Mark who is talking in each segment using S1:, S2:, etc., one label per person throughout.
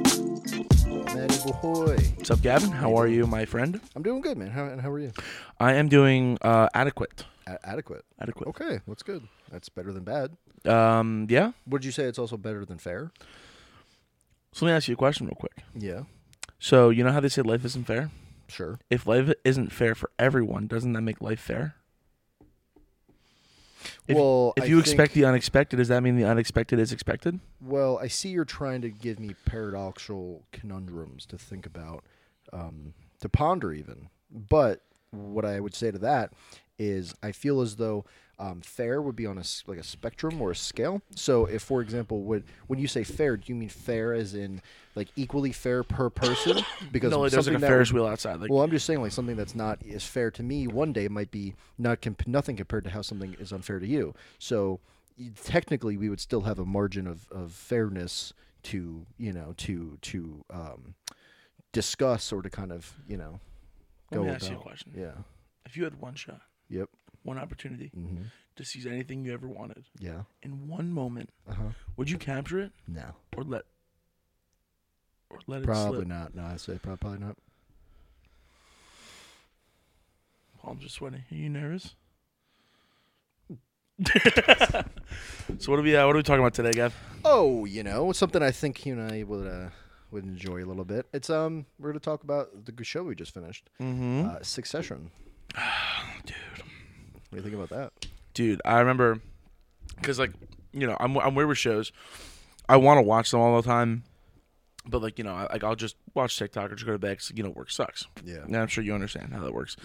S1: Matty boy.
S2: What's up, Gavin? How are you, my friend?
S1: I'm doing good, man. How, and how are you?
S2: I am doing uh, adequate.
S1: A- adequate.
S2: Adequate.
S1: Okay, that's good. That's better than bad.
S2: Um, yeah.
S1: Would you say it's also better than fair?
S2: So let me ask you a question real quick.
S1: Yeah,
S2: So you know how they say life isn't fair?
S1: sure.
S2: If life isn't fair for everyone, doesn't that make life fair? If-
S1: well,
S2: If
S1: I
S2: you
S1: think-
S2: expect the unexpected, does that mean the unexpected is expected?
S1: well, I see you're trying to give me paradoxical conundrums to think about, um, to ponder even. But what I would say to that is, I feel as though um, fair would be on a s- like a spectrum or a scale. So, if for example, would when you say fair, do you mean fair as in like equally fair per person? Because
S2: no, like, there's like a
S1: something that
S2: Ferris
S1: would-
S2: wheel outside. Like,
S1: well, I'm just saying, like something that's not as fair to me one day might be not comp- nothing compared to how something is unfair to you. So y- technically, we would still have a margin of, of fairness to you know to to um, discuss or to kind of you know
S2: let
S1: go
S2: me ask you a
S1: about.
S2: question.
S1: Yeah.
S2: If you had one shot,
S1: Yep.
S2: one opportunity
S1: Mm-hmm.
S2: to seize anything you ever wanted
S1: Yeah.
S2: in one moment,
S1: Uh huh.
S2: would you capture it
S1: No.
S2: or let or let it
S1: Probably
S2: slip?
S1: not. No, I say prob- probably not.
S2: Palms are sweating. Are you nervous? so what are we uh, what are we talking about today, Gav?
S1: Oh, you know, something I think you and I would uh, would enjoy a little bit. It's um, we're gonna talk about the g- show we just finished,
S2: Mm-hmm.
S1: uh, Succession.
S2: dude.
S1: What do you think about that?
S2: dude i remember because like you know i'm, I'm weird with shows i want to watch them all the time but like you know I, like i'll just watch tiktok or just go to bed 'cause, you know work sucks
S1: Yeah.
S2: and i'm sure you understand how that works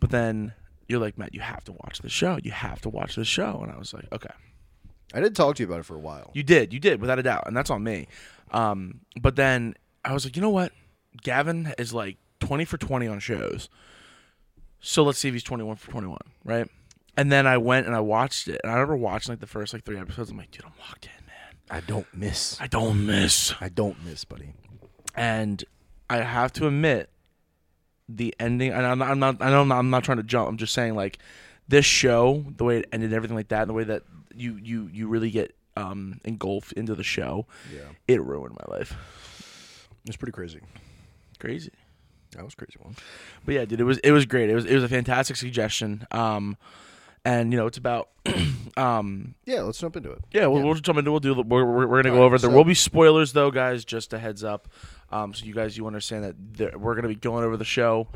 S2: but then you're like matt you have to watch the show you have to watch the show and i was like okay
S1: I did talk to you about it for a while.
S2: you did you did without a doubt and that's on me um, but then i was like you know what gavin is like 20 for 20 on shows so let's see if he's 21 for 21 right and then i went and i watched it and i remember watching like the first like three episodes i'm like dude i'm locked in man
S1: I don't miss.
S2: i don't miss
S1: I don't miss, buddy.
S2: and i have to admit the ending and i'm not, I'm not i know I'm not, I'm not trying to jump i'm just saying like this show the way it ended and everything like that and the way that you you you really get um engulfed into the show
S1: Yeah,
S2: it ruined my life.
S1: it's pretty crazy.
S2: Crazy.
S1: That was a crazy one.
S2: But yeah, dude, it was it was great. It was it was a fantastic suggestion. Um, and you know, it's about um,
S1: Yeah, let's jump into it.
S2: yeah. We'll, we'll just jump into we'll do the- we're we're, we're gonna go
S1: Alright,
S2: over. There
S1: so-
S2: will be spoilers though, guys. Just a heads up. Um, so you guys, you understand that there, we're gonna be going over the show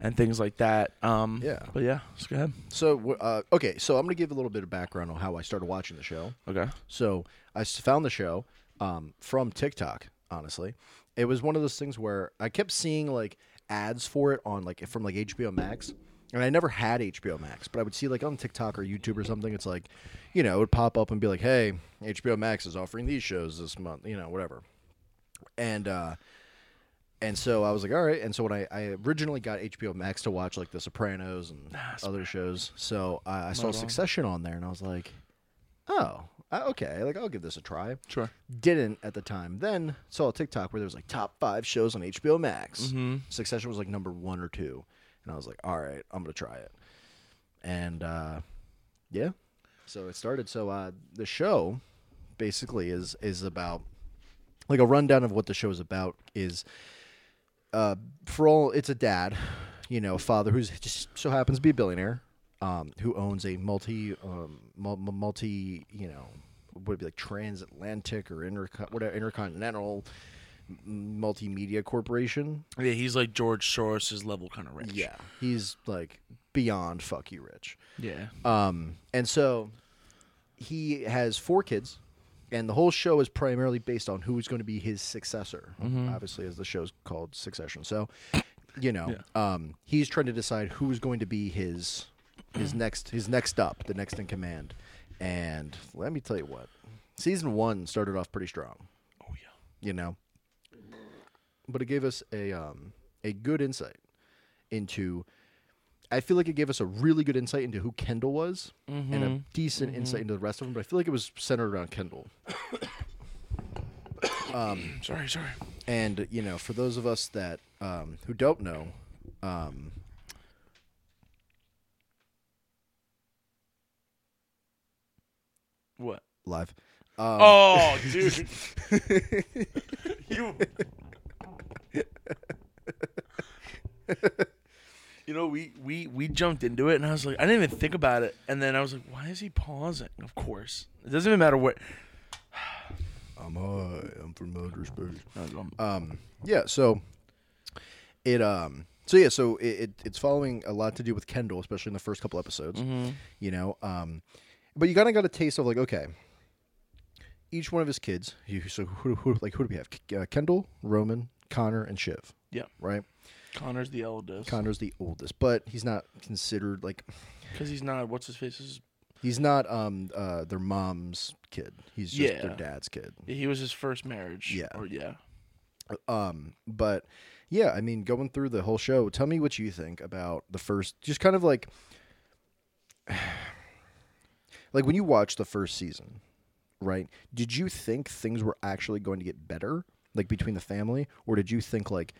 S2: and things like that. Um,
S1: Yeah.
S2: But yeah, let's go ahead.
S1: So, wh- uh, okay, so I'm gonna give a little bit of background on how I started watching the show.
S2: Okay.
S1: So I s- found the show um, from TikTok. Honestly, it was one of those things where I kept seeing like ads for it on like from like HBO Max, and I never had HBO Max, but I would see like on TikTok or YouTube or something. It's like, you know, it would pop up and be like, "Hey, HBO Max is offering these shows this month," you know, whatever. And uh, and so I was like, all right. And so when I, I originally got HBO Max to watch like The Sopranos and other shows, so I, I saw Succession on there, and I was like, oh, uh, okay, like I'll give this a try.
S2: Sure.
S1: Didn't at the time. Then saw a TikTok where there was like top five shows on HBO Max. Succession was like number one or two, and I was like, all right, I'm gonna try it. And uh, yeah, so it started. So uh, the show basically is is about like a rundown of what the show is about is uh, for all it's a dad, you know, a father who's just so happens to be a billionaire, um, who owns a multi, um, mul- mul- multi, you know, would it be like transatlantic or interco- whatever intercontinental m- multimedia corporation.
S2: Yeah, he's like George Soros's level kind of rich.
S1: Yeah, he's like beyond fuck you rich.
S2: Yeah.
S1: Um, and so he has four kids, and the whole show is primarily based on who is going to be his successor. Obviously, as the show's called Succession. So, you know, um, he's trying to decide who's going to be his his next his next up, the next in command. And let me tell you what, season one started off pretty strong
S2: Oh yeah.
S1: you know. But it gave us a um, a good insight into. I feel like it gave us a really good insight into who Kendall was and a decent insight into the rest of them. But I feel like it was centered around Kendall.
S2: Sorry, sorry.
S1: And you know, for those of us that um, who don't know, um,
S2: What?
S1: live. Um,
S2: Oh, dude. you. You know, we, we we jumped into it, and I was like, I didn't even think about it, and then I was like, why is he pausing? Of course, it doesn't even matter what.
S1: I'm high. I'm from outer space. Um, yeah. So it um. So yeah. So it, it it's following a lot to do with Kendall, especially in the first couple episodes.
S2: Mm-hmm.
S1: You know. Um, but you kind of got a taste of like okay. Each one of his kids. you- So who, who like who do we have? K- Uh, Kendall, Roman, Connor, and Shiv.
S2: Yeah,
S1: Right.
S2: Connor's the eldest
S1: Connor's the oldest, but he's not considered like
S2: because he's not. What's his face? His-
S1: he's not um uh their mom's kid. He's just
S2: Yeah.
S1: their dad's kid.
S2: He was his first marriage.
S1: Yeah.
S2: or yeah.
S1: Um, but yeah, I mean, going through the whole show, tell me what you think about the first, just kind of like, like when you watched the first season, right? Did you think things were actually going to get better, like between the family, or did you think like,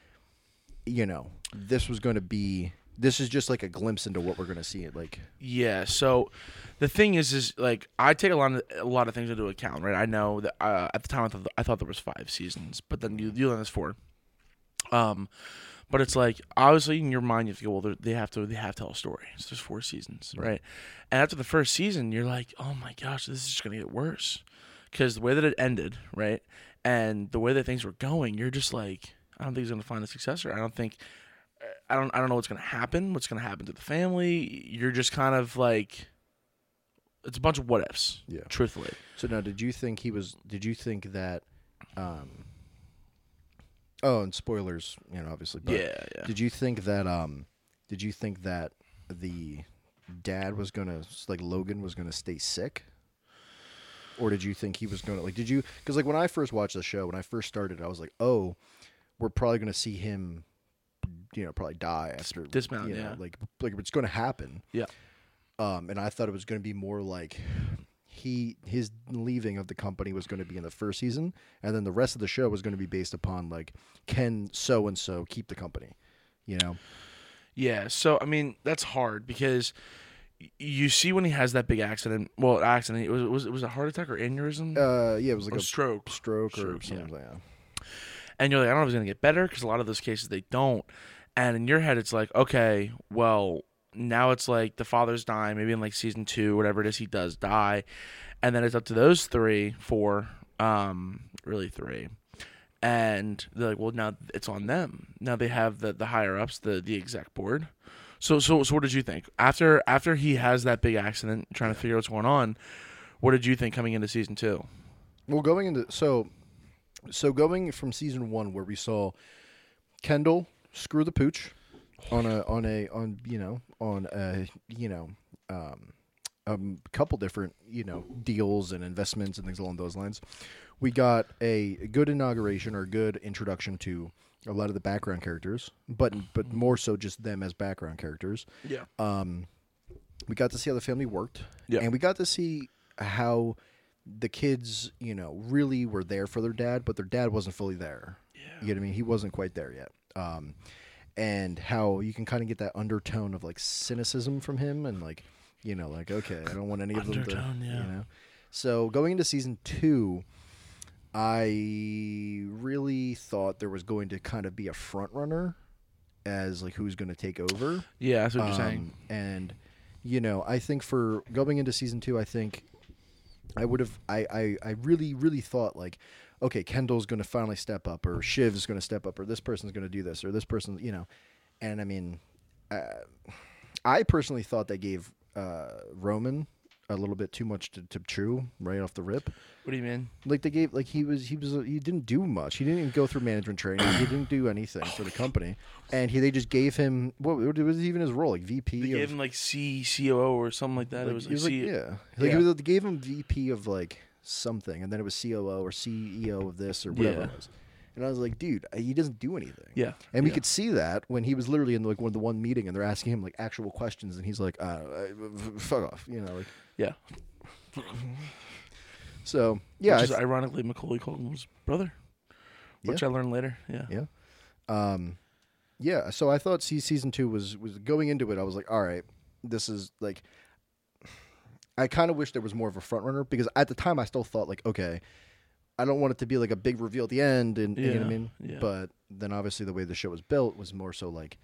S1: you know, this was going to be, this is just like a glimpse into what we're going to see? Like,
S2: Yeah. So the thing is, is like I take a lot of a lot of things into account, right? I know that uh, at the time I thought I thought there was five seasons, but then you you learn there's four. Um, but it's like obviously in your mind you have to go, well, they're- they have to they have to tell a story. So there's four seasons, right? And after the first season, you're like, oh my gosh, this is just gonna get worse, because the way that it ended, right, and the way that things were going, you're just like, I don't think he's gonna find a successor. I don't think I don't I don't know what's gonna happen, what's gonna happen to the family. You're just kind of like it's a bunch of what ifs.
S1: Yeah.
S2: Truthfully.
S1: So now, did you think he was? Did you think that? Um, oh, and spoilers, you know, obviously. But
S2: Yeah, yeah.
S1: Did you think that? Um, did you think that the dad was gonna like Logan was gonna stay sick? Or did you think he was gonna like? Did you? Because like when I first watched the show, when I first started, I was like, oh, we're probably gonna see him, you know, probably die after
S2: dismount,
S1: you know,
S2: yeah.
S1: like like it's gonna happen
S2: Yeah.
S1: um, and I thought it was going to be more like he his leaving of the company was going to be in the first season, and then the rest of the show was going to be based upon like can so and so keep the company, you know?
S2: Yeah. So I mean, that's hard because y- you see when he has that big accident. Well, accident. It was it was it was a heart attack or aneurysm
S1: Uh, yeah, it was like
S2: or
S1: a
S2: stroke.
S1: stroke or
S2: Oh, stroke,
S1: something. Like that.
S2: and you're like, I don't know if it's gonna get better because a lot of those cases they don't. And in your head, it's like, okay, well, now it's like the father's dying. Maybe in like season two, whatever it is, he does die, and then it's up to those three, four, um, really three. And they're like, well, now it's on them. Now they have the the higher ups, the the exec board. So so so, what did you think after after he has that big accident, trying to figure out what's going on? What did you think coming into season two?
S1: Well, going into so so going from season one where we saw Kendall screw the pooch on a on a on you know on a you know um um couple different you know deals and investments and things along those lines. We got a good inauguration or good introduction to a lot of the background characters, but but more so just them as background characters
S2: Yeah.
S1: we got to see how the family worked
S2: Yeah.
S1: and we got to see how the kids you know really were there for their dad but their dad wasn't fully there you know what i mean he wasn't quite there yet um, and how you can kind of get that undertone of like cynicism from him and like you know like okay i don't want any of them
S2: Undertone,
S1: to
S2: yeah.
S1: you know so going into season two i really thought there was going to kind of be a front runner as like who's going to take over
S2: yeah, that's what you're saying.
S1: um, and you know, I think for going into season two, I think I would have I, I I really really thought like, okay, Kendall's going to finally step up, or Shiv's going to step up, or this person's going to do this, or this person, you know, and I mean, uh, I personally thought they gave uh, Roman a little bit too much to, to chew right off the rip.
S2: What do you mean?
S1: Like they gave like he was he was he didn't do much. He didn't even go through management training. He didn't do anything for the company, and he they just gave him what, what was even his role like VP.
S2: They
S1: of,
S2: gave him like C COO or something like that. it was
S1: he
S2: like, C- E
S1: yeah, like
S2: yeah.
S1: It was, they gave him VP of like something, and then it was COO or CEO of this or whatever
S2: Yeah.
S1: it was. And I was like, dude, uh, he doesn't do anything.
S2: Yeah,
S1: and we
S2: yeah.
S1: could see that when he was literally in like one of the one meeting, and they're asking him like actual questions, and he's like, uh, uh, f- fuck off, you know, like
S2: yeah.
S1: so. Yeah,
S2: Which
S1: I
S2: is
S1: th-
S2: ironically Macaulay Culkin's brother, which I learned later. Yeah.
S1: Yeah. Um, yeah. So I thought see, season two was was going into it. I was like, all right, this is like, I kind of wish there was more of a front runner because at the time I still thought like, okay, I don't want it to be like a big reveal at the end, and you know what I
S2: Yeah,
S1: mean.
S2: yeah.
S1: But then obviously the way the show was built was more so like,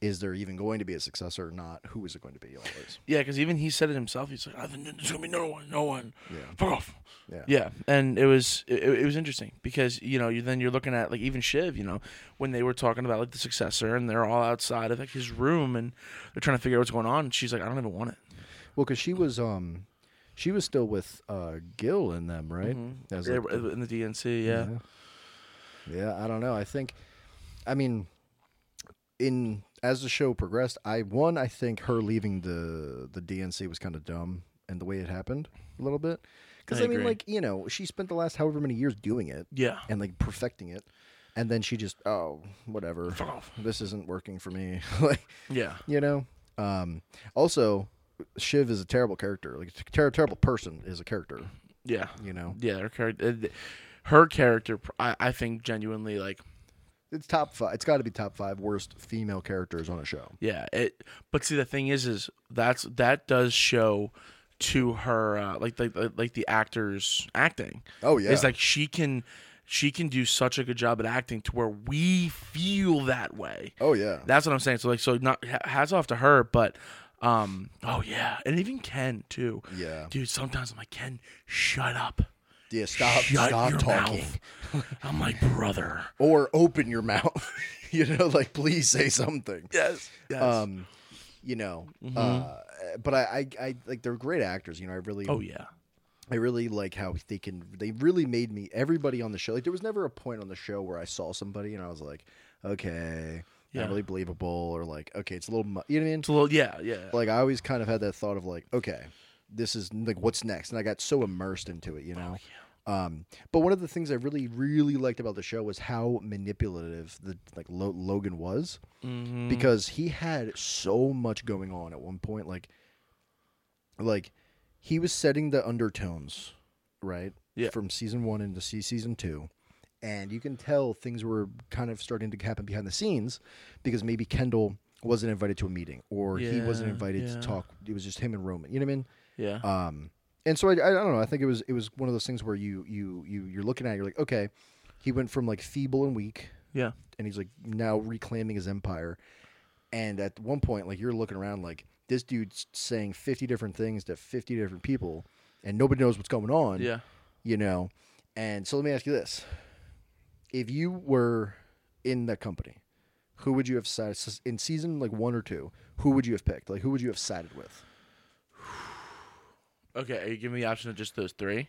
S1: is there even going to be a successor or not? Who is it going to be? All this.
S2: Yeah, because even he said it himself. He's like, "I think "There's gonna be no one, no one,
S1: Yeah.
S2: fuck off."
S1: Yeah.
S2: yeah, and it was it, it was interesting because you know you then you're looking at like even Shiv, you know, when they were talking about like the successor and they're all outside of like his room and they're trying to figure out what's going on. And she's like, "I don't even want it."
S1: Well, because she was um, she was still with uh Gil and them, right? That was,
S2: Yeah,
S1: like,
S2: in the DNC, yeah.
S1: Yeah, I don't know. I think, I mean, in as the show progressed, I one I think her leaving the the DNC was kind of dumb and the way it happened a little bit because
S2: I
S1: I, mean,
S2: agree.
S1: like you know, she spent the last however many years doing it
S2: yeah,
S1: and like perfecting it, and then she just oh whatever,
S2: fuck off.
S1: this isn't working for me, like
S2: Yeah,
S1: you know. Um, also, Shiv is a terrible character. Like a ter- terrible person is a character.
S2: yeah,
S1: You know,
S2: yeah. Her character, her character, pr- I, I think genuinely like
S1: it's top five. It's got to be top five worst female characters on a show.
S2: Yeah, it. But see, the thing is, is that's that does show to her uh, like like like the actors acting.
S1: Oh, yeah.
S2: it's like she can she can do such a good job at acting to where we feel that way.
S1: Oh yeah.
S2: That's what I'm saying. So like, so not ha- hats off to her, but um, oh yeah, and even Ken too.
S1: Yeah.
S2: dude. Sometimes I'm like, Ken, shut up.
S1: Yeah, stop
S2: Shut
S1: stop
S2: your
S1: talking.
S2: mouth. I'm like, brother.
S1: Or open your mouth. you know, like please say something.
S2: Yes. Mm-hmm. Yes.
S1: Um you know, uh, but I, I, I like they're great actors. You know, I really,
S2: oh yeah.
S1: I really like how they can. They really made me everybody on the show. Like there was never a point on the show where I saw somebody and I was like, okay,
S2: Yeah.
S1: not really believable, or like, okay, it's a little, mu- you know what I mean?
S2: It's a little. Yeah. Yeah.
S1: Like I always kind of had that thought of like, okay, this is like what's next, and I got so immersed into it, you know. Um, but one of the things I really, really liked about the show was how manipulative the like Lo- Logan was,
S2: Mm-hmm. Mm.
S1: because he had so much going on at one point. Like, like he was setting the undertones, right?
S2: Yeah.
S1: From season one into se- season two, and you can tell things were kind of starting to happen behind the scenes, because maybe Kendall wasn't invited to a meeting, or he wasn't
S2: Yeah,
S1: invited
S2: yeah.
S1: to talk. It was just him and Roman. You know what I mean?
S2: yeah.
S1: Um, and so I, I don't know. I think it was it was one of those things where you you you you're looking at it, you're like, okay, he went from like feeble and weak,
S2: yeah.
S1: and he's like now reclaiming his empire. And at one point, like you're looking around, like this dude's saying 50 different things to 50 different people, and nobody knows what's going on.
S2: Yeah.
S1: you know. And so let me ask you this: If you were in that company, who would you have sided in season like one or two? Who would you have picked? Like who would you have sided with?
S2: Okay, are you giving me the option of just those three?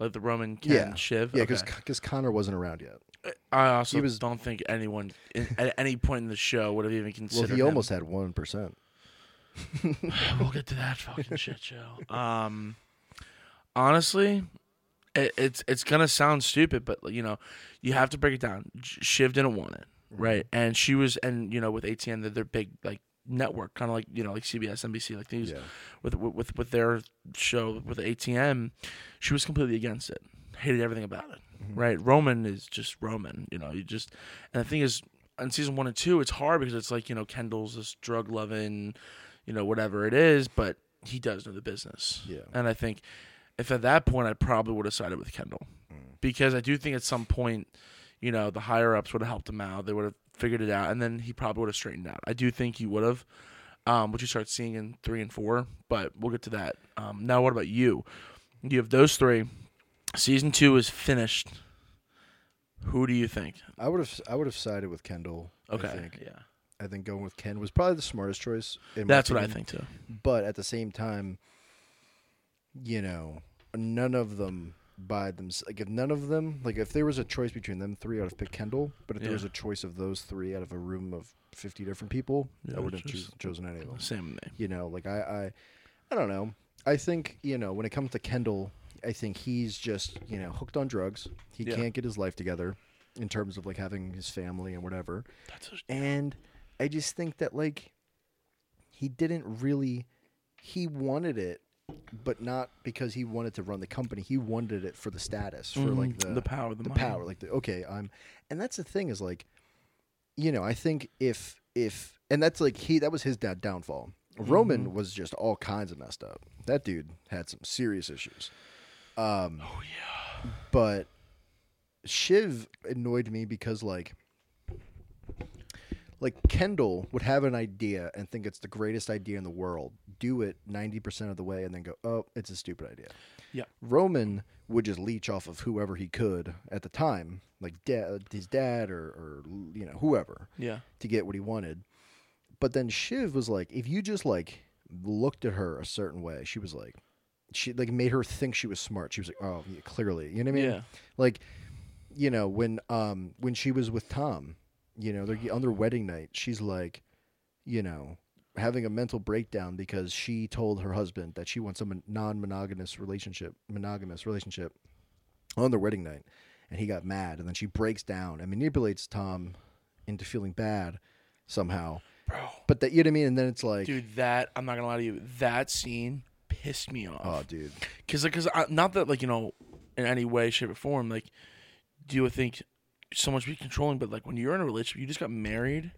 S2: Like the Roman, Ken,
S1: Yeah.
S2: Shiv?
S1: Yeah,
S2: okay.
S1: because Connor wasn't around yet.
S2: I also
S1: he was-
S2: don't think anyone in, at any point in the show would have even
S1: Well,
S2: considered
S1: he
S2: him.
S1: almost had one percent.
S2: we'll get to that fucking shit show. Um, honestly, it, it's it's gonna sound stupid, but you know, you have to break it down. J- Shiv didn't want it,
S1: Mm-hmm.
S2: right? And she was, and you know, with ATN, they're their big like network, kind of like you know, like CBS, NBC, like these,
S1: Yeah.
S2: with with with their show with ATM, she was completely against it, hated everything about it, right? Roman is just Roman, you know. You just, and the thing is, in season one and two, it's hard because it's like you know, Kendall's this drug loving, you know, whatever it is, but he does know the business.
S1: Yeah.
S2: And I think if at that point I probably would have sided with Kendall
S1: Mm.
S2: because I do think at some point, you know, the higher ups would have helped him out. They would have figured it out, and then he probably would have straightened out. I do think he would have, um, which you start seeing in three and four. But we'll get to that. Um, now, what about you? You have those three. Season two is finished. Who do you think?
S1: I would have I would have sided with Kendall.
S2: Okay,
S1: I think.
S2: yeah,
S1: I think going with Ken was probably the smartest choice. in my
S2: that's what I
S1: opinion.
S2: think too.
S1: But at the same time, you know, none of them by themselves. Like if none of them, like if there was a choice between them three, I'd have picked Kendall. But if
S2: Yeah.
S1: there was a choice of those three out of a room of fifty different people,
S2: Yeah,
S1: I wouldn't have
S2: just-
S1: choos- chosen any of them.
S2: Same with me.
S1: You know, like I, I, I don't know. I think you know when it comes to Kendall, I think he's just you know hooked on drugs. He
S2: Yeah.
S1: can't get his life together in terms of like having his family and whatever.
S2: That's a,
S1: And I just think that like he didn't really he wanted it, but not because he wanted to run the company. He wanted it for the status, for like
S2: Mhm.
S1: the,
S2: The power, the money.
S1: power, like the okay, I'm. And that's the thing is like, you know, I think if if and that's like he that was his dad downfall Roman
S2: Mm-hmm.
S1: was just all kinds of messed up. That dude had some serious issues. Um,
S2: Oh yeah.
S1: but Shiv annoyed me because like like Kendall would have an idea and think it's the greatest idea in the world, do it 90% of the way and then go, "Oh, it's a stupid idea."
S2: Yeah.
S1: Roman would just leech off of whoever he could at the time, like da- his dad or or you know, whoever
S2: Yeah.
S1: to get what he wanted. But then Shiv was like, if you just like looked at her a certain way, she was like, she like made her think she was smart. She was like, oh, yeah, clearly, you know what I mean?
S2: Yeah.
S1: Like, you know, when um when she was with Tom, you know, they're on their wedding night, she's like, you know, having a mental breakdown because she told her husband that she wants a mon- non-monogamous relationship, monogamous relationship on their wedding night and he got mad and then she breaks down and manipulates tom into feeling bad somehow
S2: Bro.
S1: but that you know what i mean and then it's like
S2: Dude, that I'm not gonna lie to you. That scene pissed me off.
S1: oh dude
S2: Because, because not that like you know, in any way, shape, or form, like, do you think so much be controlling? But like when you're in a relationship, you just got married.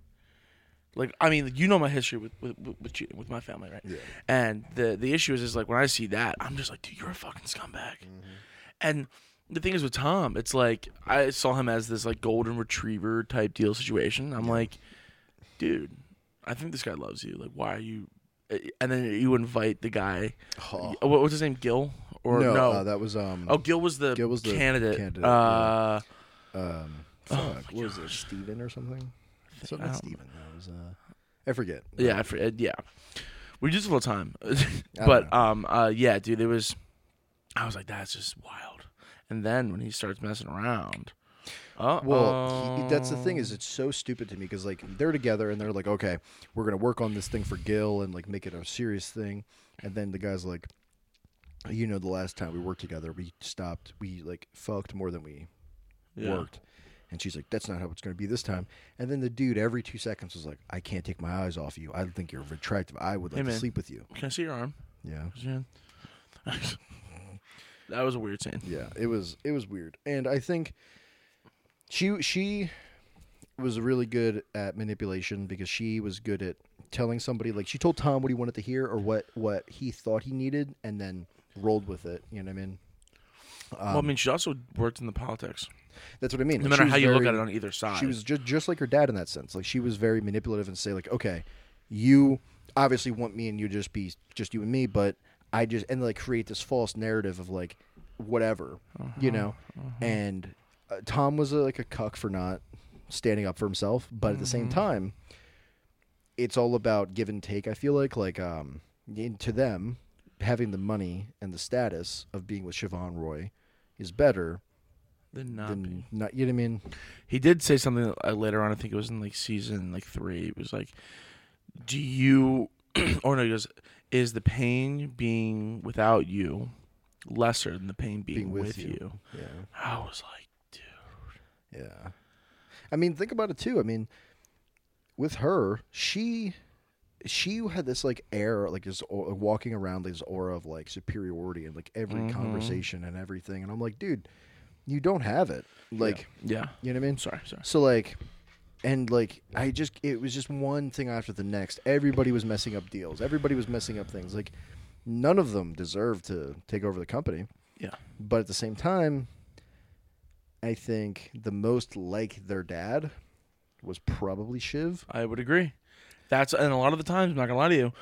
S2: Like I mean, you know my history with with, with, with cheating with my family, right?
S1: Yeah.
S2: And the the issue is is like when I see that, I'm just like, dude, you're a fucking scumbag. And the thing is with Tom, it's like I saw him as this like golden retriever type deal situation. I'm like, dude, I think this guy loves you. Like, why are you? eh, And then you invite the guy.
S1: Oh.
S2: What, what's his name? Gil or
S1: no,
S2: no?
S1: uh, that was um
S2: oh, Gil was the
S1: Gil was the
S2: candidate.
S1: candidate,
S2: uh,
S1: um fuck, what was it steven or something so
S2: Oh, I
S1: not
S2: don't-
S1: steven that was uh i forget
S2: yeah, I forget. Yeah, we do this all the time.
S1: I
S2: but
S1: don't
S2: um, uh, yeah, dude, it was. I was like, that's just wild. And then when he starts messing around, oh,
S1: Well, he- that's the thing
S2: Um.
S1: is it's so stupid to me because like they're together and they're like, okay, we're gonna work on this thing for Gil and like make it a serious thing, and then the guy's like, you know, the last time we worked together, we stopped, we like fucked more than we
S2: Yeah.
S1: worked, and she's like, that's not how it's gonna be this time, and then the dude every two seconds was like, I can't take my eyes off you, I think you're attractive, I would like
S2: Hey,
S1: to
S2: man.
S1: sleep with you,
S2: Can I see your arm?
S1: yeah.
S2: Yeah. that was a weird scene.
S1: Yeah, it was it was weird, and I think she she was really good at manipulation because she was good at telling somebody like she told Tom what he wanted to hear or what what he thought he needed, and then rolled with it. You know what I mean?
S2: well, I mean, she also worked in the politics.
S1: That's what I mean.
S2: No
S1: Like,
S2: matter
S1: um, she
S2: how
S1: was
S2: you look
S1: very-
S2: at it on either side,
S1: she was just just like her dad in that sense. Like she was very manipulative and say like, okay, you obviously want me and you just be just you and me, but I just and like create this false narrative of like whatever,
S2: Uh-huh,
S1: you know. And uh, Tom was a, like a cuck for not standing up for himself, but at the same
S2: Mm-hmm.
S1: time, it's all about give and take. I feel like like um in- to them having the money and the status of being with Siobhan Roy is better
S2: then not be.
S1: than not. You know what I mean?
S2: He did say something uh, later on. I think it was in like season like three. It was like, "Do you?" or no, he goes, "Is the pain being without you lesser than the pain being,
S1: Being with
S2: with, you.
S1: you." Yeah.
S2: I was like, "Dude,
S1: Yeah. I mean, think about it too. I mean, with her, she she had this like air, like this au- walking around this aura of like superiority and like every conversation and everything. And I'm like, dude, you don't have it. Like,
S2: yeah."
S1: you know what I mean?
S2: I'm sorry, sorry.
S1: So like, and like, I just it was just one thing after the next. Everybody was messing up deals. Everybody was messing up things. Like, none of them deserved to take over the company.
S2: Yeah,
S1: But at the same time, I think the most like their dad was probably Shiv.
S2: I would agree. That's and a lot of the times, I'm not gonna lie to you.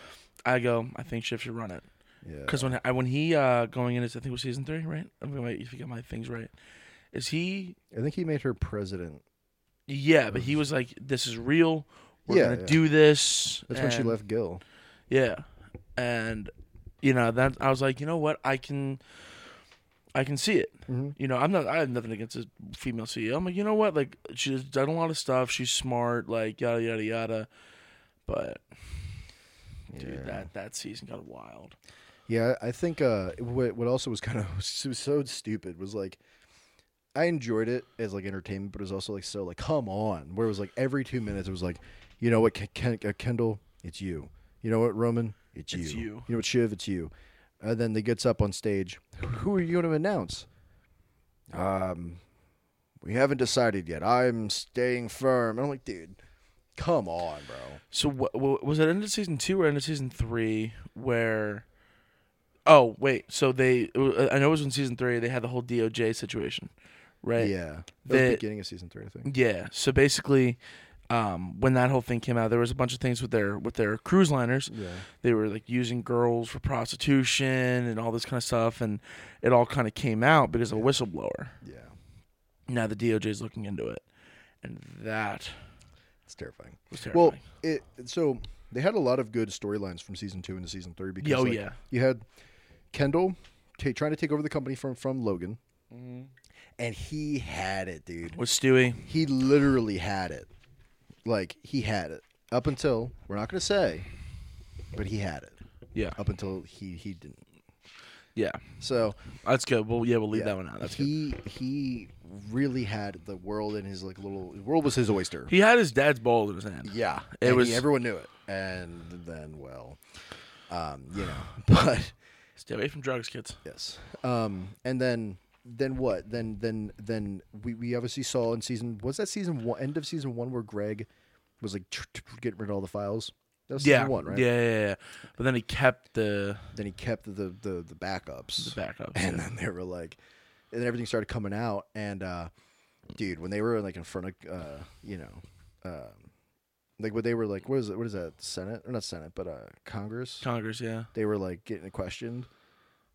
S2: I go, I think Shiv should run it.
S1: Yeah.
S2: Because when I, when he uh going in, is I think it was season three, right? I'm gonna wait if you got my things right. Is he?
S1: I think he made her president.
S2: Yeah, but he was like, "This is real. We're
S1: Yeah,
S2: gonna
S1: yeah.
S2: do this."
S1: That's when she
S2: and-
S1: left Gil.
S2: Yeah, and you know that I was like, you know what, I can, I can see it.
S1: Mhm.
S2: You know, I'm not. I have nothing against a female CEO. I'm like, you know what, like she's done a lot of stuff. She's smart. Like yada yada yada. But dude,
S1: yeah.
S2: that that season got wild.
S1: Yeah, I think uh, what what also was kind of so, so stupid was like I enjoyed it as like entertainment, but it was also like so like come on, where it was like every two minutes it was like, you know what, Ken, Ken, uh, Kendall, it's you. You know what, Roman, it's you.
S2: It's you.
S1: know what, Shiv, it's you. And then they gets up on stage. Who are you going to announce? Um, we haven't decided yet. I'm staying firm. And I'm like, dude, Come on, bro.
S2: So wh- wh- was it end of season two or end of season three where? Oh wait, so they I know it was in season three. They had the whole DOJ situation, right?
S1: Yeah. That was
S2: The-
S1: the beginning of season three, I think.
S2: Yeah. So basically, um, when that whole thing came out, there was a bunch of things with their with their cruise liners.
S1: Yeah.
S2: They were like using girls for prostitution and all this kind of stuff, and it all kind of came out because of a whistleblower.
S1: Yeah.
S2: Now the DOJ is looking into it, and that
S1: It's terrifying.
S2: was
S1: Well,
S2: terrifying.
S1: it so they had a lot of good storylines from season two into season three because
S2: Yeah, oh,
S1: like,
S2: yeah.
S1: you had Kendall ta trying to take over the company from from Logan, and he had it, dude.
S2: with Stewie,
S1: He literally had it, like he had it up until we're not gonna say, but he had it
S2: yeah,
S1: up until he he didn't.
S2: yeah,
S1: So
S2: that's good. Well, yeah, we'll leave
S1: yeah,
S2: that one out. That's good.
S1: he he really had the world in his like little world was his oyster.
S2: He had his dad's ball in his hand.
S1: Yeah,
S2: It
S1: and
S2: was-
S1: he- everyone knew it, and then well, um, you know, but
S2: Stay away from drugs, kids.
S1: yes, um, and then then what? Then then then we, we obviously saw in season was that season one end of season one where Greg was like tr- tr- getting rid of all the files. That was
S2: Yeah,
S1: season one, right?
S2: yeah, yeah, yeah. But then he kept the
S1: Then he kept the the the backups,
S2: the backup.
S1: and then they were like, and then everything started coming out, and uh, dude, when they were like in front of uh, you know, um, like when they were like, what is it? What is that? Senate or not Senate, but uh, Congress.
S2: Congress, yeah.
S1: they were like getting questioned.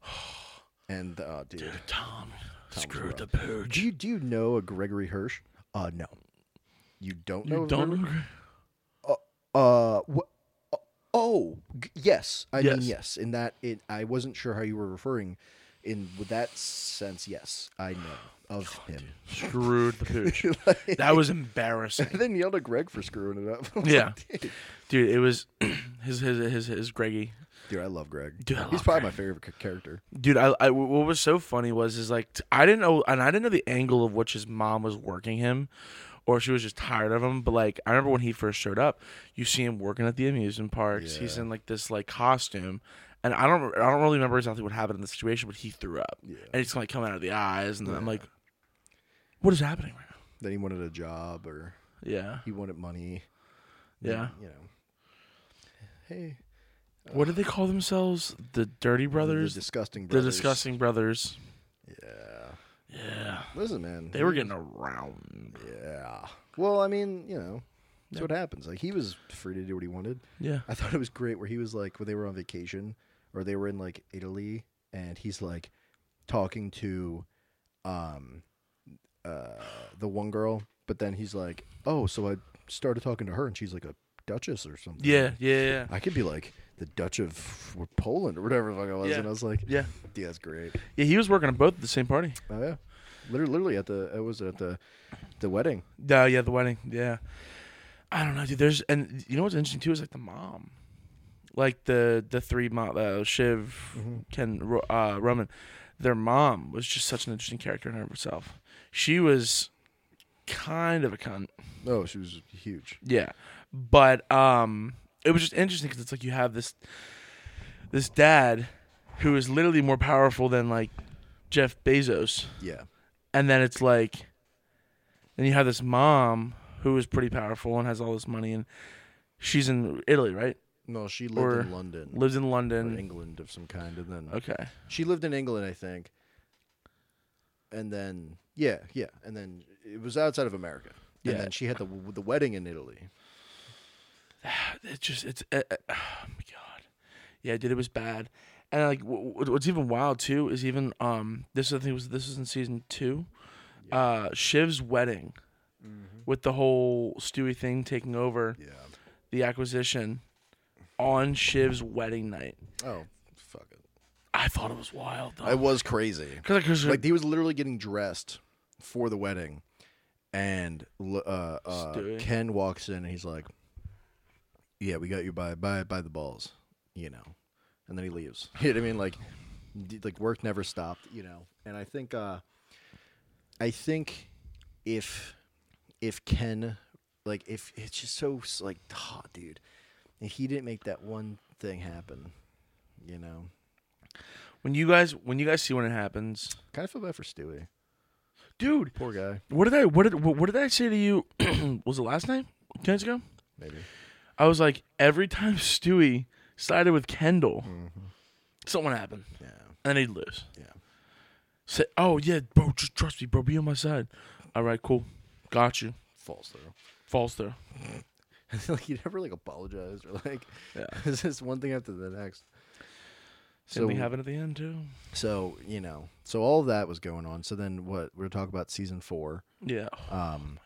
S1: And uh, dude,
S2: Tom, screw
S1: rough.
S2: the purge.
S1: do you do you know a Gregory Hirsch? Uh, no, you don't know.
S2: You
S1: of
S2: don't
S1: Gregory-
S2: agree?
S1: Uh, what? Oh, g- yes. I
S2: Yes.
S1: mean, yes. In that, it I wasn't sure how you were referring. In with that sense, yes, I know of him.
S2: Screwed the pooch. that was embarrassing.
S1: And then yelled at Greg for screwing it up. I was
S2: Yeah.
S1: like, dude.
S2: Dude, it was his his his his Greggy.
S1: Dude, I love Greg.
S2: Dude, I
S1: he's
S2: love
S1: probably my favorite ca- character.
S2: Dude, I, I what was so funny was is like t- I didn't know and I didn't know the angle of which his mom was working him or she was just tired of him, but like I remember when he first showed up, you see him working at the amusement parks. He's
S1: Yeah.
S2: in like this like costume and I don't I don't really remember exactly what happened in the situation, but he threw up.
S1: Yeah.
S2: And it's like coming out of the eyes and then I'm like what is happening right now?
S1: Then he wanted a job, or
S2: Yeah.
S1: he wanted money.
S2: Yeah.
S1: you know. Hey,
S2: What did they call themselves? The Dirty Brothers?
S1: the disgusting
S2: The
S1: brothers.
S2: Disgusting Brothers.
S1: Yeah.
S2: Yeah.
S1: Listen, man.
S2: They were getting around.
S1: Yeah. Well, I mean, you know, that's what happens. Like he was free to do what he wanted.
S2: Yeah.
S1: I thought it was great where he was like when they were on vacation or they were in like Italy and he's like talking to um uh the one girl, but then he's like, "Oh, so I started talking to her and she's like a duchess or something."
S2: Yeah, yeah, yeah.
S1: I could be like the Dutch of Poland or whatever the fuck I was,
S2: Yeah.
S1: and I was like,
S2: Yeah.
S1: "Dude, that's great."
S2: Yeah, he was working on both at the same party.
S1: Oh yeah, literally, literally at the it was at the the wedding.
S2: Yeah, Uh, yeah, the wedding. Yeah. I don't know, dude. There's and you know what's interesting too is like the mom. Like the the three mom uh, Shiv, Ken, Ro- uh, Roman, their mom was just such an interesting character in and of herself. She was kind of a cunt.
S1: Oh, she was huge.
S2: Yeah, but um, it was just interesting because it's like you have this this dad who is literally more powerful than like Jeff Bezos,
S1: Yeah,
S2: and then it's like then you have this mom who is pretty powerful and has all this money, and she's in Italy, right?
S1: no, she lived
S2: Or
S1: in London,
S2: Lives in
S1: or
S2: London.
S1: England of some kind, and then
S2: Okay,
S1: she lived in England, I think. And then yeah, yeah, and then it was outside of America. And
S2: Yeah.
S1: then she had the the wedding in Italy.
S2: it just it's uh, uh, oh my god, yeah, dude, it was bad. And like, w- w- what's even wild too is even um, this I think was this was in season two, uh, Shiv's wedding. with the whole Stewie thing taking over
S1: Mm-hmm. Yeah.
S2: the acquisition on Shiv's wedding night.
S1: Oh, fuck it.
S2: I thought it was wild.
S1: I was crazy.
S2: Because like, 'cause
S1: Like he was literally getting dressed for the wedding, and l- uh, uh,
S2: Stewie.
S1: Ken walks in and he's like, "Yeah, we got you by by by the balls," you know, and then he leaves. You know what I mean? Like, d- like work never stopped, you know. And I think, uh, I think if if Ken, like, if it's just so s- like, oh, dude, if he didn't make that one thing happen, you know,
S2: when you guys when you guys see when it happens,
S1: kind of feel bad for Stewie,
S2: dude.
S1: poor guy.
S2: What did I what did what, what did I say to you? was it last night? Two nights ago?
S1: Maybe.
S2: I was like, every time Stewie sided with Kendall, something happened,
S1: Yeah.
S2: and he'd lose.
S1: Mm-hmm. Yeah.
S2: Say, oh yeah, bro, just trust me, bro, be on my side. All right, cool, got you.
S1: Falls through.
S2: Falls through.
S1: like he never like apologized or like
S2: Yeah.
S1: it's just one thing after the next.
S2: Same
S1: So-
S2: thing happened at the end too.
S1: So, you know, so all that was going on. So then what we're talking about season four.
S2: Yeah.
S1: Um
S2: Oh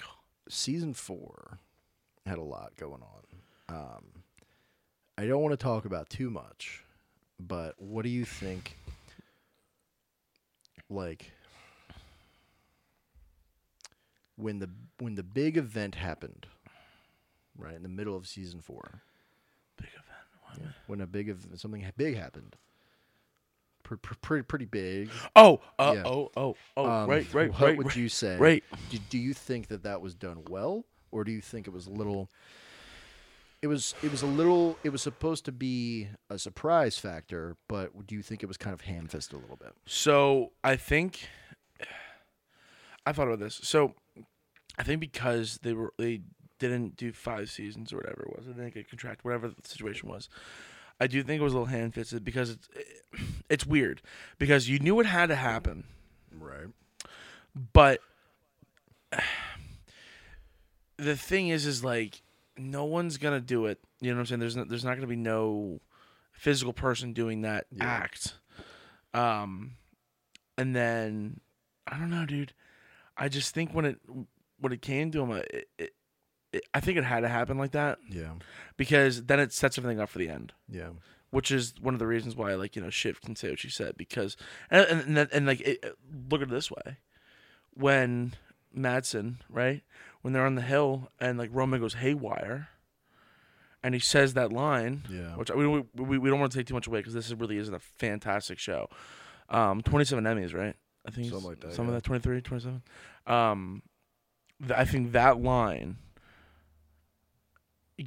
S2: God.
S1: season four had a lot going on. Um I don't want to talk about too much, but what do you think like when the when the big event happened, right, in the middle of season four,
S2: Big event. Why am I-
S1: when a big ev- something ha- big happened. Pretty, pretty big.
S2: Oh, uh,
S1: Yeah.
S2: oh, oh, oh,
S1: Um,
S2: right, right,
S1: What
S2: right.
S1: would
S2: right.
S1: you say?
S2: right.
S1: Do, do you think that that was done well, or do you think it was a little? It was. It was a little. It was supposed to be a surprise factor, but do you think it was kind of ham-fisted a little bit?
S2: So I think I thought about this. So I think because they were they didn't do five seasons or whatever it was, they didn't get contract, whatever the situation was. I do think it was a little hand fisted because it's it's weird because you knew it had to happen,
S1: Right.
S2: but the thing is, is like no one's gonna do it. You know what I'm saying? There's no, there's not gonna be no physical person doing that
S1: Yeah.
S2: act. Um, and then I don't know, dude. I just think when it when it came to him, it, it, it, I think it had to happen like that
S1: Yeah.
S2: because then it sets everything up for the end
S1: Yeah.
S2: which is one of the reasons why like you know Shiv can say what she said because and and, and, that- and like it, it- look at it this way when Madsen right when they're on the hill and like Roman goes haywire and he says that line
S1: Yeah.
S2: which we we, we, we don't want to take too much away because this is, really isn't a fantastic show um 27 Emmys right I
S1: Something
S2: think it's-
S1: like that,
S2: some
S1: yeah.
S2: of that 23 27 um th- I think that line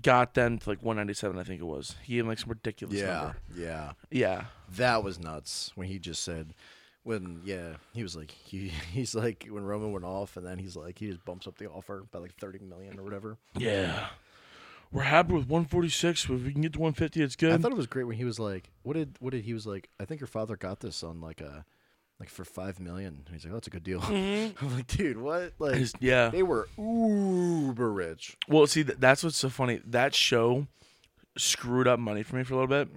S2: got them to like 197 I think it was he had like some ridiculous number.
S1: Yeah. Yeah.
S2: Yeah.
S1: That was nuts when he just said. When yeah, he was like he he's like when Roman went off, and then he's like he just bumps up the offer by like thirty million or whatever.
S2: Yeah. We're happy with 146. If we can get to 150, it's good.
S1: I thought it was great when he was like, "What did what did he was like? I think your father got this on like a like for five million. And he's like, "Oh, that's a good deal."
S2: Mm-hmm.
S1: I'm like, "Dude, what?" Like
S2: It's- yeah.
S1: they were uber rich.
S2: Well, see, th- that's what's so funny. That show screwed up money for me for a little bit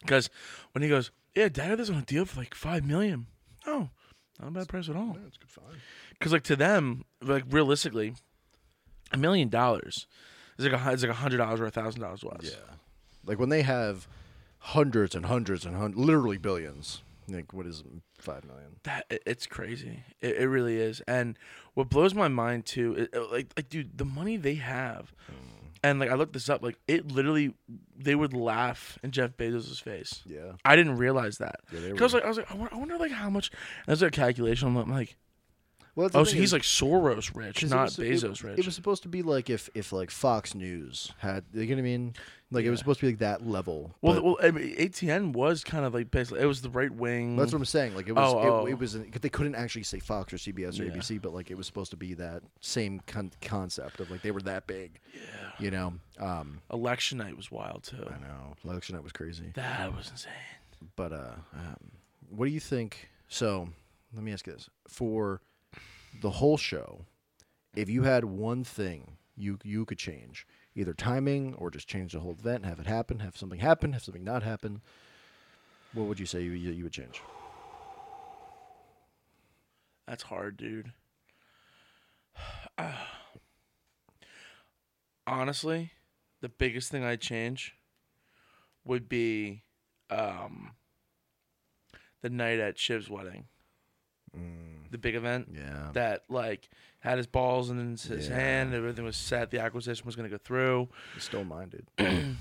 S2: because when he goes, "Yeah, Dad had this on a deal for like five million. Oh, not a bad price at all.
S1: That's good. Fine.
S2: Because like to them, like realistically, a million dollars is like a, hun- is like a hundred dollars or a thousand dollars less.
S1: Yeah, like when they have hundreds and hundreds and hundreds, literally billions. Like what is five million?
S2: that it- it's crazy. It, it really is. And what blows my mind too, it, it- like like dude, the money they have, and like I looked this up, like it literally, they would laugh in Jeff Bezos' face.
S1: Yeah,
S2: I didn't realize that.
S1: Yeah, they
S2: 'Cause I was like, I was like, I wonder, I wonder like how much. That's a calculation. I'm like, I'm like,
S1: well, that's the
S2: oh, so
S1: thing
S2: he's
S1: is-
S2: like Soros rich,
S1: 'cause it
S2: not
S1: was- it-
S2: Bezos rich.
S1: It was supposed to be like if if like Fox News had, you know what I mean? Like it was supposed to be like that level.
S2: well,
S1: but-
S2: well, I mean, ATN was kind of like basically it was the right wing.
S1: That's what I'm saying. Like it was,
S2: Oh,
S1: it,
S2: oh.
S1: it was. an- They couldn't actually say Fox or CBS or
S2: Yeah.
S1: ABC, but like it was supposed to be that same con- concept of like they were that big. Yeah. You know. Um.
S2: election night was wild too.
S1: I know. Election night was crazy,
S2: That was insane.
S1: but uh, um, what do you think? So, let me ask you this: for the whole show, if you had one thing you you could change, either timing or just change the whole event, have it happen, have something happen, have something not happen, what would you say you you, you would change?
S2: That's hard, dude. Honestly, the biggest thing I'd change would be um, the night at Shiv's wedding, the big event
S1: Yeah.
S2: Mm, that like had his balls in his, his
S1: Um, Yeah.
S2: hand. Everything was set. The acquisition was going to go through.
S1: Still minded.
S2: Did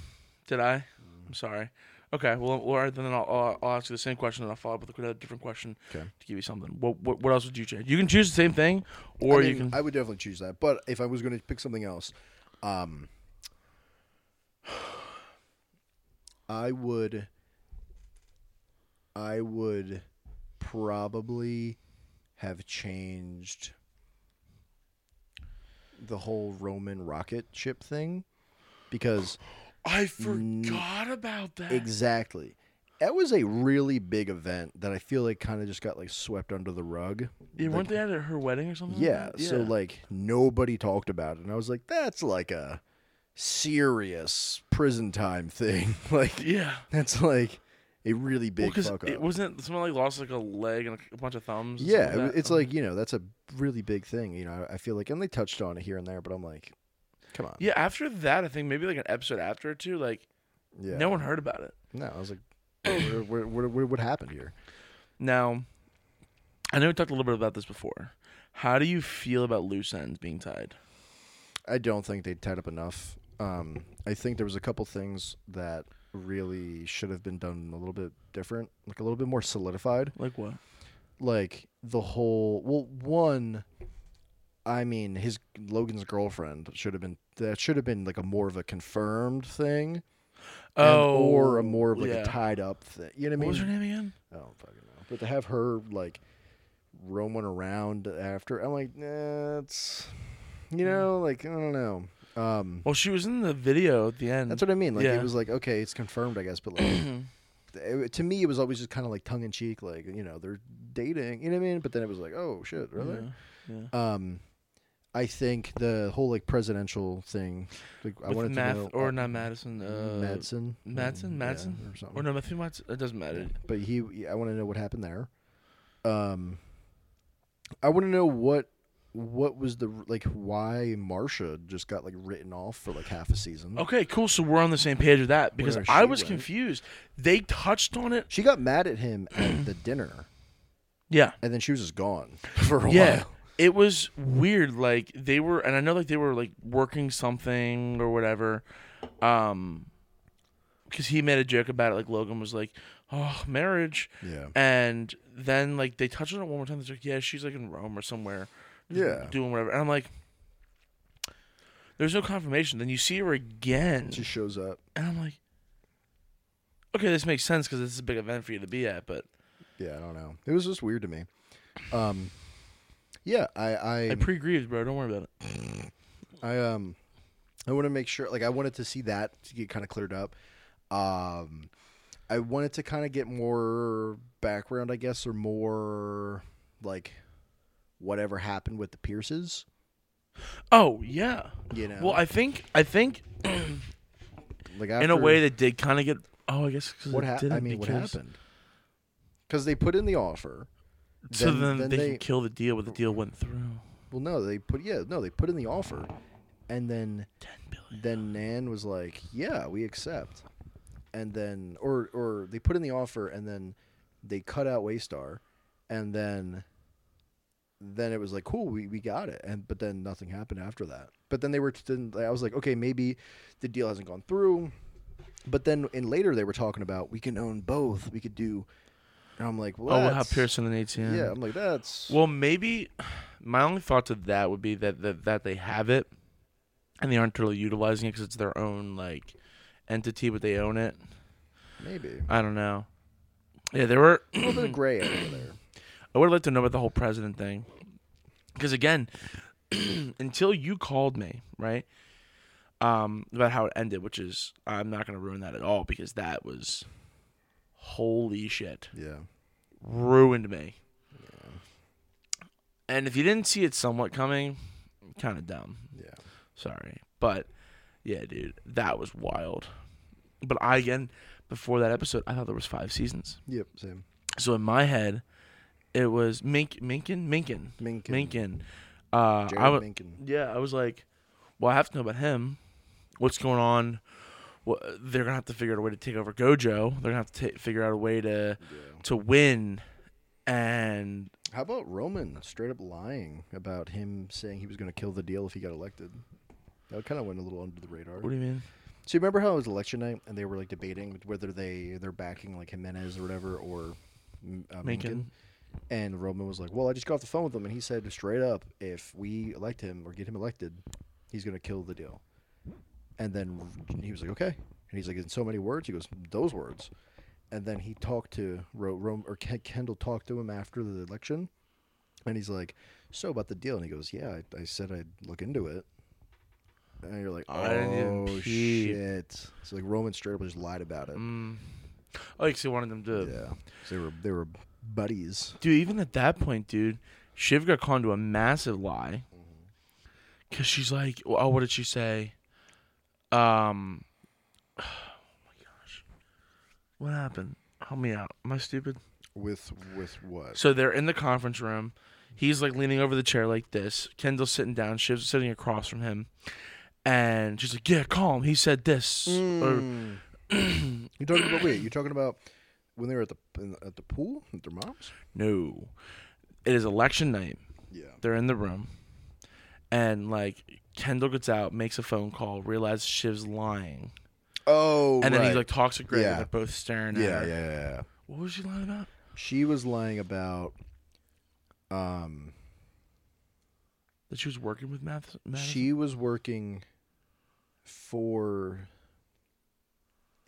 S2: I?
S1: Mm.
S2: I'm sorry. Okay. Well, all right, then I'll, I'll, I'll ask you the same question, and I'll follow up with a different question
S1: Okay.
S2: to give you something. What, what What else would you change? You can choose the same thing, or
S1: I
S2: you
S1: mean,
S2: can.
S1: I would definitely choose that. But if I was going to pick something else, um, I would. I would probably have changed the whole Roman rocket ship thing because
S2: I forgot about that.
S1: exactly that was a really big event that I feel like kind of just got like swept under the rug.
S2: yeah, weren't they at her wedding or something? like
S1: Yeah,
S2: that?
S1: so like nobody talked about it, and I was like, that's like a serious prison time thing. like
S2: yeah.
S1: that's like a really big
S2: Because
S1: fuck up.
S2: it wasn't someone like lost like a leg and a bunch of thumbs. and
S1: Yeah,
S2: stuff
S1: it-
S2: that? um,
S1: it's like you know that's a really big thing. You know, I I feel like, and they touched on it here and there, but I'm like, come on,
S2: yeah. After that, I think maybe like an episode after or two, like
S1: yeah,
S2: no one heard about it.
S1: no. I was like, what, what, what, what, what happened here?
S2: Now, I know we talked a little bit about this before. How do you feel about loose ends being tied?
S1: I don't think they tied up enough. Um, I think there was a couple things that really should have been done a little bit different, like a little bit more solidified.
S2: Like what?
S1: Like the whole, well, one, I mean, his Logan's girlfriend should have been that should have been like a more of a confirmed thing, and- or a more of like
S2: Oh, yeah.
S1: a tied up thing. You know what I mean?
S2: What was her name again?
S1: I don't fucking know. But to have her like roaming around after, I'm like, nah, it's you
S2: Hmm.
S1: know, like I don't know. Um,
S2: Well, she was in the video at the end.
S1: that's what I mean. Like
S2: Yeah.
S1: it was like okay, it's confirmed, I guess. But like it- to me, it was always just kind of like tongue in cheek, like you know they're dating, you know what I mean? But then it was like, oh shit, really?
S2: Yeah. yeah.
S1: Um, I think the whole like presidential thing, like I
S2: With
S1: wanted
S2: Math
S1: to know
S2: or not Madison. Uh,
S1: Madsen, Mm,
S2: Madsen? Madsen?
S1: yeah, or something.
S2: Or no, Matthew Madsen. It doesn't matter.
S1: but he i want to know what happened there um i want to know what what was the like why marsha just got like written off for like half a season
S2: Okay, cool. So we're on the same page with that because
S1: Where
S2: I
S1: she
S2: was
S1: went.
S2: confused. They touched on it.
S1: she got mad at him at the dinner
S2: Yeah.
S1: and then she was just gone for a
S2: yeah.
S1: while
S2: It was weird. Like they were, and I know like they were like working something or whatever. Um, because he made a joke about it. Like Logan was like, "Oh, marriage,"
S1: yeah
S2: and then like they touched on it one more time. They're like, "Yeah, she's like in Rome or somewhere."
S1: Yeah.
S2: doing whatever. And I'm like, "There's no confirmation." Then you see her again,
S1: she shows up
S2: and I'm like, "Okay, this makes sense because this is a big event for you to be at." But
S1: yeah i don't know it was just weird to me um yeah i i
S2: I pre-grieved, bro. Don't worry about it.
S1: I um I want to make sure like I wanted to see that to get kind of cleared up. Um I wanted to kind of get more background, I guess, or more like whatever happened with the Pierces,
S2: Oh yeah.
S1: you know.
S2: Well, I think I think
S1: like
S2: in a
S1: after-
S2: way that did kind of get. Oh, I guess 'cause
S1: what
S2: it
S1: happened?
S2: didn't
S1: I mean, what
S2: because-
S1: happened? Cuz they put in the offer.
S2: So then,
S1: then
S2: they,
S1: they,
S2: can kill the deal, but the deal went through.
S1: Well, no, they put yeah, no, they put in the offer and then
S2: Ten billion.
S1: then Nan was like, "Yeah, we accept." And then or or they put in the offer and then they cut out Waystar and then then it was like, "Cool, we, we got it." And but then nothing happened after that. But then they were then I was like, "Okay, maybe the deal hasn't gone through." But then in later they were talking about we can own both. We could do and I'm like, well,
S2: oh, well, how
S1: that's-
S2: Pearson and ATM.
S1: Yeah, I'm like, that's
S2: Well, maybe my only thought to that would be that that, that they have it, and they aren't really utilizing it because it's their own like entity, but they own it.
S1: maybe
S2: I don't know. Yeah, there were.
S1: a little bit of gray area there.
S2: I would like to know about the whole president thing. Because again, until you called me, right? Um, about how it ended, which is I'm not gonna ruin that at all because that was holy shit.
S1: Yeah.
S2: Ruined me. And if you didn't see it somewhat coming, kinda dumb.
S1: Yeah.
S2: Sorry. But yeah, dude, that was wild. But I again before that episode, I thought there was five seasons.
S1: Yep, same.
S2: So in my head, it was Mink Minkin Minkin.
S1: Minkin.
S2: Minkin. Uh,
S1: Jared
S2: I wa-
S1: Minkin.
S2: yeah, I was like, well, I have to know about him. What's going on? Well, they're gonna have to figure out a way to take over Gojo. They're gonna have to ta figure out a way to
S1: Yeah.
S2: to win. And
S1: How about Roman straight up lying about him saying he was going to kill the deal if he got elected? That kind of went a little under the radar.
S2: what do you mean?
S1: So you remember how it was election night and they were like debating whether they they're backing like Jimenez or whatever or mm, uh, Minkin.
S2: Minkin.
S1: And Roman was like, "Well, I just got off the phone with him, and he said straight up, if we elect him or get him elected, he's going to kill the deal." And then he was like, "Okay," and he's like, "In so many words," he goes, "Those words." And then he talked to Ro- Rome or Ken- Kendall talked to him after the election, And he's like, "So about the deal?" And he goes, "Yeah, I, I said I'd look into it." And you're like,
S2: I didn't even
S1: "Oh
S2: peep." Mm.
S1: shit!" So like Roman straight up just lied about it.
S2: I like see one of them to
S1: Yeah, so they were they were buddies.
S2: dude. Even at that point, dude, Shiv got caught into a massive lie because she's like, "Oh, what did she say?" Um, oh my gosh, what happened? Help me out. Am I stupid?
S1: With with what?
S2: So they're in the conference room. He's like leaning over the chair like this. Kendall's sitting down. Shiv's sitting across from him, and she's like, "Yeah, calm." He said this. Or,
S1: you talking about wait? You talking about when they were at the in, at the pool with their moms?
S2: no, it is election night.
S1: Yeah.
S2: They're in the room, and like Kendall gets out, makes a phone call, realizes Shiv's lying,
S1: Oh,
S2: and then he
S1: right.
S2: like talks to Greg.
S1: Yeah.
S2: And they're both staring at
S1: yeah,
S2: her.
S1: yeah, yeah, yeah.
S2: What was she lying about?
S1: She was lying about. Um,
S2: That she was working with Math. Madison?
S1: she was working for.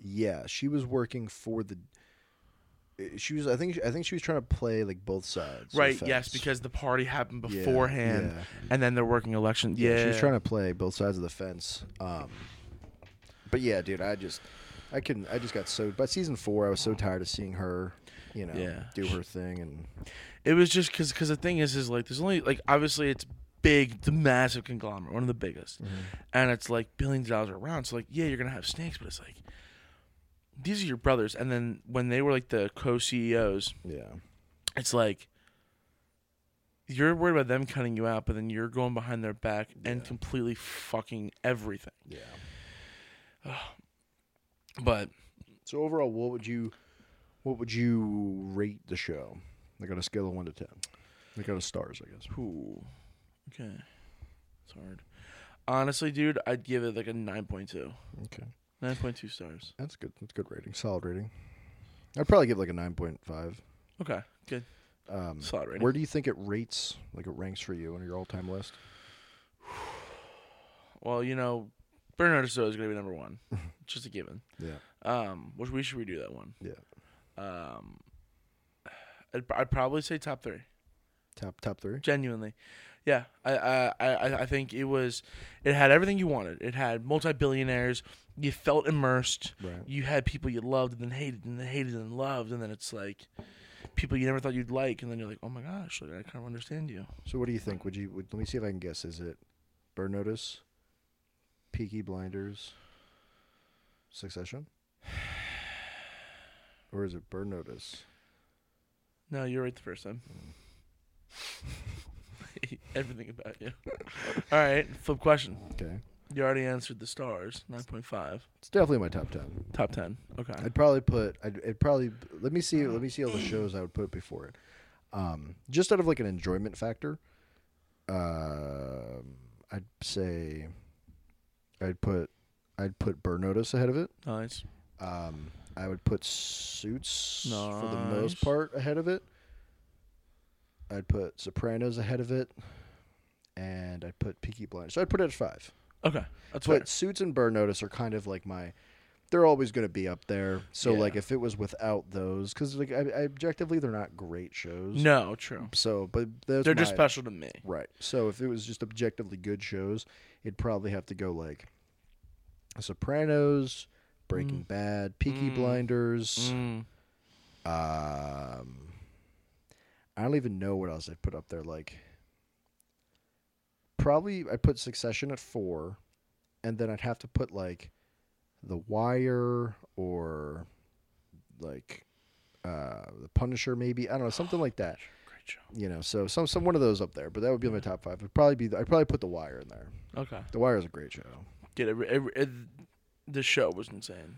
S1: Yeah, she was working for the. eh, She was. I think. I think she was trying to play like both sides. of
S2: Right.
S1: the
S2: Yes,
S1: fence.
S2: because the party happened
S1: Yeah,
S2: beforehand,
S1: yeah.
S2: and then they're working election. Yeah.
S1: she was trying to play both sides of the fence. Um, but yeah, dude, I just, I couldn't. I just got so. By season four, I was so tired of seeing her, you know,
S2: Yeah.
S1: do her thing, and
S2: It was just because the thing is is like there's only like obviously it's big, the massive conglomerate, one of the biggest,
S1: Mm-hmm.
S2: and it's like billions of dollars around. So like yeah, you're gonna have snakes, but it's like these are your brothers. And then when they were like the E co CEOs,
S1: yeah,
S2: it's like you're worried about them cutting you out, but then you're going behind their back and completely fucking everything.
S1: yeah.
S2: But
S1: So overall, what would you, what would you rate the show? Like on a scale of one to ten, like out of stars, I guess.
S2: ooh, okay, it's hard. Honestly, dude, I'd give it like a 9.2.
S1: Okay,
S2: 9.2 stars.
S1: that's good. That's good rating. Solid rating. I'd probably give like a nine point five.
S2: Okay, good.
S1: Um,
S2: Solid rating.
S1: where do you think it rates? Like it ranks for you on your all time list? Well,
S2: Well, you know, Bernard Soto is going to be number one. It's just a given.
S1: yeah,
S2: Um, which we should redo that one.
S1: yeah.
S2: Um, I'd, I'd probably say top three.
S1: Top top three.
S2: Genuinely, yeah. I I I, I think it was. It had everything you wanted. It had multi billionaires. You felt immersed.
S1: Right.
S2: You had people you loved and then hated and then hated and loved and then it's like people you never thought you'd like and then you're like, oh my gosh, like, I kind of understand you.
S1: So what do you think? Would you would, let me see if I can guess? Is it Burn Notice, Peaky Blinders, Succession, or is it Burn Notice?
S2: No, you're right the first time. Everything about you. All right, flip question.
S1: Okay,
S2: You already answered the stars, 9.5,
S1: it's definitely my top ten.
S2: top 10. Okay.
S1: I'd probably put. I'd, I'd probably let me see. Let me see all the shows I would put before it. Um, just out of like an enjoyment factor, um, I'd say, I'd put, I'd put Burn Notice ahead of it.
S2: Nice.
S1: Um, I would put Suits for the most
S2: Nice.
S1: part ahead of it. I'd put Sopranos ahead of it, and I'd put Peaky Blinders. So I'd put it at five.
S2: Okay. That's
S1: But
S2: what.
S1: Suits and Burn Notice are kind of like my. They're always going to be up there. So
S2: Yeah.
S1: like, if it was without those, because like I, I, objectively they're not great shows.
S2: No, true.
S1: So, but those
S2: They're just
S1: my-
S2: special to me.
S1: Right. So if it was just objectively good shows, it'd probably have to go like Sopranos, Breaking Bad, Peaky Blinders.
S2: Mm.
S1: Um, I don't even know what else I'd put up there. Like, probably I put Succession at four, and then I'd have to put like The Wire or like uh, The Punisher, maybe I don't know something like that.
S2: Great show.
S1: You know, so some some one of those up there, but that would be my top five. It'd probably be I'd probably put The Wire in there.
S2: Okay.
S1: The Wire is a great show.
S2: Dude, every, every, it, the show was insane.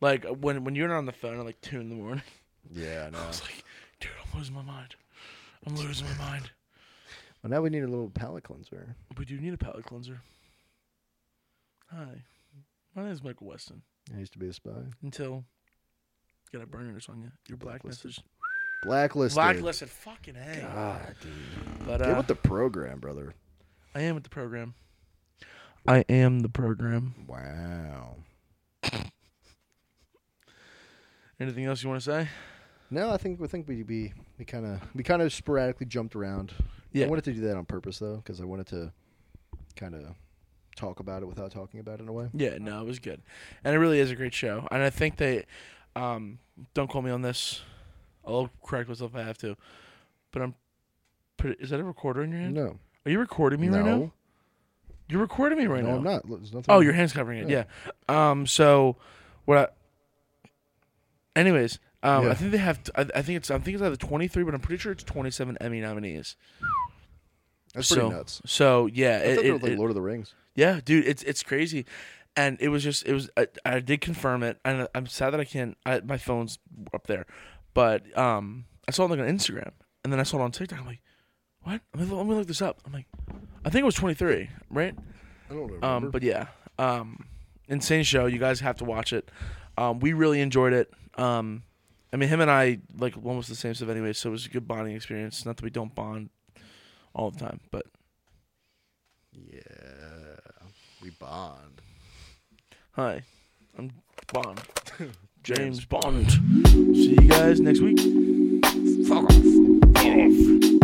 S2: Like, uh, when, when you're on the phone at like 2 in the morning,
S1: Yeah, I know.
S2: I was like, dude, I'm losing my mind. I'm losing my mind.
S1: well, now we need a little palate cleanser.
S2: We do need a palate cleanser. Hi. My name is Michael Weston.
S1: I used to be a spy.
S2: Until got a burner or something. Your black
S1: Blacklisted.
S2: message.
S1: Blacklisted.
S2: Blacklisted. Fucking hey.
S1: God, dude.
S2: But
S1: Get
S2: uh,
S1: with the program, brother.
S2: I am with the program. I am the program.
S1: Wow.
S2: Anything else you want to say?
S1: No, I think I think we we we kind of we kind of sporadically jumped around.
S2: Yeah.
S1: I wanted to do that on purpose though, because I wanted to kind of talk about it without talking about it in a way.
S2: Yeah, no, it was good, and it really is a great show. And I think they, um, don't quote me on this. I'll correct myself if I have to, but I'm. Pretty, is that a recorder in your hand?
S1: No,
S2: Are Mm-hmm. you recording me right
S1: No.
S2: now? You're recording me right
S1: no,
S2: now.
S1: I'm not. Look, There's nothing.
S2: Oh, your hand's covering it. Yeah. Um. So, what? I, anyways, um,
S1: Yeah.
S2: I think they have. I, I think it's. I think it's either 23, but I'm pretty sure it's 27 Emmy nominees.
S1: that's
S2: so,
S1: pretty nuts.
S2: So yeah,
S1: I
S2: it-
S1: thought they
S2: it-
S1: were like
S2: it-
S1: Lord of the Rings.
S2: yeah, dude, it's it's crazy, and it was just it was. I, I did confirm it, and I'm sad that I can't. I, my phone's up there, but um, I saw it like on Instagram, and then I saw it on TikTok. I'm like, what? Let me, let me look this up. I'm like, I think it was 23, right?
S1: I don't remember.
S2: Um, but yeah, um, insane show. You guys have to watch it. Um, we really enjoyed it. Um, I mean, him and I like almost the same stuff anyway, so it was a good bonding experience. Not that we don't bond all the time, but
S1: yeah, we bond.
S2: hi, I'm Bond, James Bond. See you guys next week. Fuck off. Fuck off.